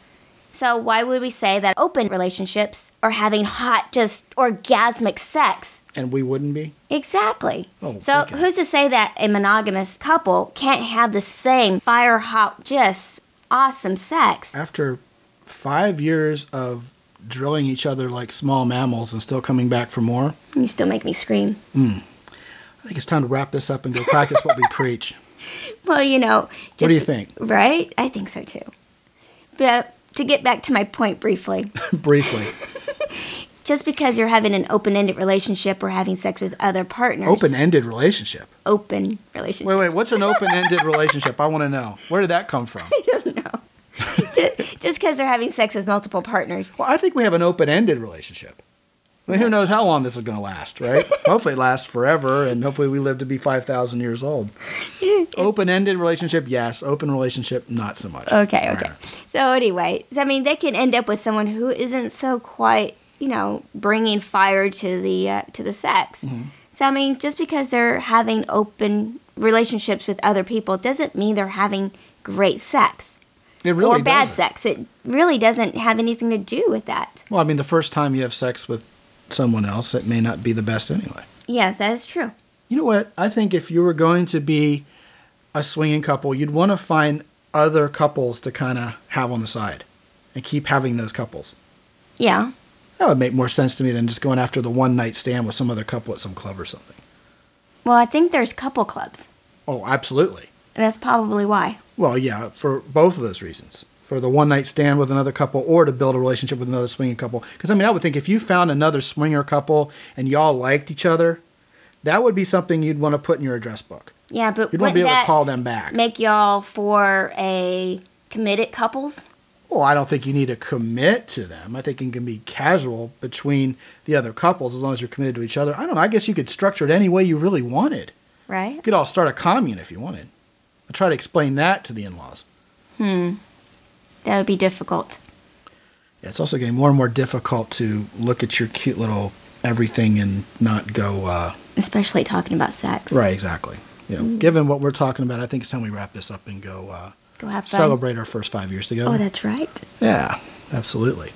Speaker 1: So, why would we say that open relationships are having hot, just orgasmic sex?
Speaker 2: And we wouldn't be?
Speaker 1: Exactly.
Speaker 2: Oh,
Speaker 1: so,
Speaker 2: okay.
Speaker 1: who's to say that a monogamous couple can't have the same fire hot, just awesome sex?
Speaker 2: After five years of drilling each other like small mammals and still coming back for more,
Speaker 1: You still make me scream.
Speaker 2: I think it's time to wrap this up and go practice what we preach.
Speaker 1: Well, you know, just,
Speaker 2: What do you think?
Speaker 1: Right? I think so too. But to get back to my point briefly,
Speaker 2: Briefly.
Speaker 1: just because you're having an open-ended relationship or having sex with other partners,
Speaker 2: Open ended relationship.
Speaker 1: open relationship.
Speaker 2: Wait, wait, what's an open ended relationship? I want to know. Where did that come from?
Speaker 1: just because they're having sex with multiple partners.
Speaker 2: Well, I think we have an open ended relationship. I mean, who knows how long this is going to last, right? hopefully, it lasts forever, and hopefully, we live to be 5,000 years old. open ended relationship, yes. Open relationship, not so much.
Speaker 1: Okay, okay.
Speaker 2: Right.
Speaker 1: So anyway, so, I mean, they can end up with someone who isn't so quite, you know, bringing fire to the uh, to the sex.
Speaker 2: Mm-hmm.
Speaker 1: So I mean, just because they're having open relationships with other people doesn't mean they're having great sex
Speaker 2: It really
Speaker 1: or bad
Speaker 2: doesn't.
Speaker 1: sex. It really doesn't have anything to do with that.
Speaker 2: Well, I mean, the first time you have sex with someone else, it may not be the best anyway.
Speaker 1: Yes, that is true.
Speaker 2: You know what? I think if you were going to be a swinging couple, you'd want to find other couples to kind of have on the side and keep having those couples.
Speaker 1: Yeah.
Speaker 2: That would make more sense to me than just going after the one night stand with some other couple at some club or something.
Speaker 1: Well, I think there's couple clubs,
Speaker 2: Oh, absolutely.
Speaker 1: and that's probably why.
Speaker 2: Well, yeah, for both of those reasons. For the one night stand with another couple or to build a relationship with another swinging couple. Because, I mean, I would think if you found another swinger couple and y'all liked each other, that would be something you'd want to put in your address book.
Speaker 1: Yeah, but
Speaker 2: You'd want to be
Speaker 1: wouldn't
Speaker 2: able to
Speaker 1: that
Speaker 2: call them back.
Speaker 1: Make y'all for a committed couples.
Speaker 2: Well, I don't think you need to commit to them. I think it can be casual between the other couples as long as you're committed to each other. I don't know. I guess you could structure it any way you really wanted.
Speaker 1: Right?
Speaker 2: You could all start a commune if you wanted. I try to explain that to the in laws.
Speaker 1: Hmm. That would be difficult.
Speaker 2: Yeah, it's also getting more and more difficult to look at your cute little everything and not go uh,
Speaker 1: Especially talking about sex.
Speaker 2: right exactly. You know, given what we're talking about, I think it's time we wrap this up and go uh,
Speaker 1: Go have fun.
Speaker 2: celebrate our first five years together.
Speaker 1: Oh, that's right.
Speaker 2: Yeah, absolutely.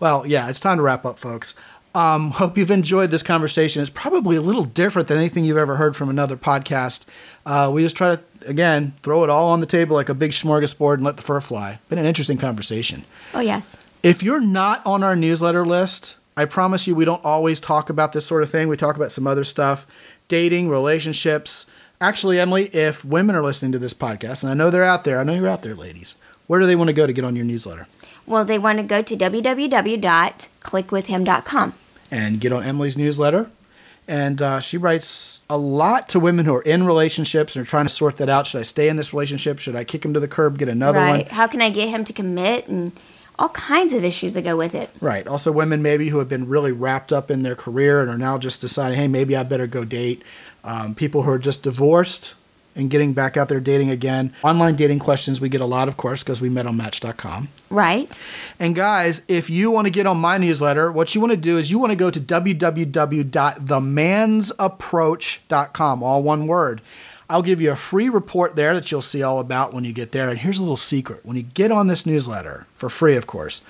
Speaker 2: Well, yeah, it's time to wrap up, folks. Um, hope you've enjoyed this conversation. It's probably a little different than anything you've ever heard from another podcast. Uh, we just try to, again, throw it all on the table like a big smorgasbord and let the fur fly. Been an interesting conversation.
Speaker 1: Oh, yes.
Speaker 2: If you're not on our newsletter list, I promise you we don't always talk about this sort of thing. We talk about some other stuff dating, relationships. Actually, Emily, if women are listening to this podcast, and I know they're out there, I know you're out there, ladies, where do they want to go to get on your newsletter?
Speaker 1: Well, they want to go to www.clickwithhim.com.
Speaker 2: and get on Emily's newsletter. And uh, she writes a lot to women who are in relationships and are trying to sort that out. Should I stay in this relationship? Should I kick him to the curb, get another
Speaker 1: right.
Speaker 2: one?
Speaker 1: How can I get him to commit and all kinds of issues that go with it?
Speaker 2: Right. Also, women maybe who have been really wrapped up in their career and are now just deciding, hey, maybe I better go date. Um, people who are just divorced and getting back out there dating again. Online dating questions we get a lot, of course, because we met on Match.com.
Speaker 1: Right.
Speaker 2: And guys, if you want to get on my newsletter, what you want to do is you want to go to www.themansapproach.com, all one word. I'll give you a free report there that you'll see all about when you get there. And here's a little secret when you get on this newsletter, for free, of course,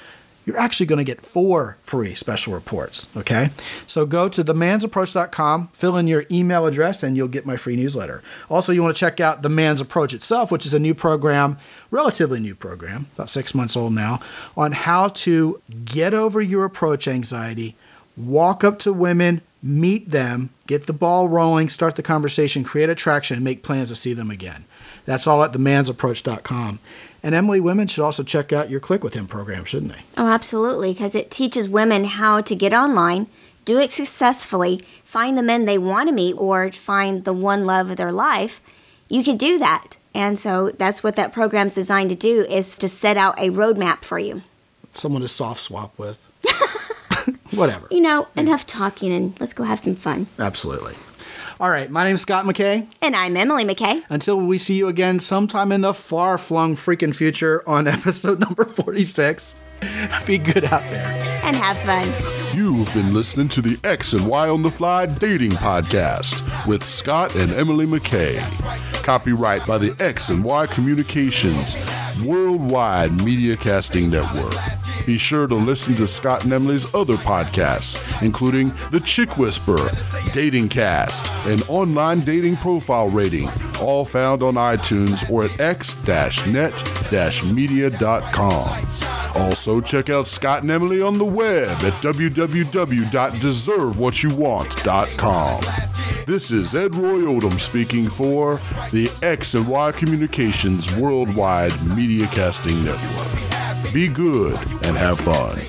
Speaker 2: you're actually going to get four free special reports. Okay. So go to themansapproach.com, fill in your email address, and you'll get my free newsletter. Also, you want to check out The Man's Approach itself, which is a new program, relatively new program, about six months old now, on how to get over your approach anxiety, walk up to women, meet them, get the ball rolling, start the conversation, create attraction, and make plans to see them again. That's all at themansapproach.com. And Emily, women should also check out your Click With Him program, shouldn't they?
Speaker 1: Oh, absolutely. Because it teaches women how to get online, do it successfully, find the men they want to meet, or find the one love of their life. You can do that. And so that's what that program's designed to do is to set out a roadmap for you.
Speaker 2: someone to soft swap with. Whatever.
Speaker 1: You know, enough talking and let's go have some fun.
Speaker 2: Absolutely. All right. My name's Scott McKay.
Speaker 1: And I'm Emily McKay.
Speaker 2: Until we see you again sometime in the far flung freaking future on episode number 46, be good out there.
Speaker 1: and have fun.
Speaker 3: You've been listening to the X and Y on the Fly Dating Podcast with Scott and Emily McKay. Copyright by the X and Y Communications Worldwide Media Casting Network. Be sure to listen to Scott and Emily's other podcasts, including The Chick Whisperer, Dating Cast, and Online Dating Profile Rating, all found on iTunes or at x-net-media.com. Also, check out Scott and Emily on the web at www.deservewhatyouwant.com. This is Ed Roy Odom speaking for the X and Y Communications Worldwide Media Casting Network. Be good and have fun.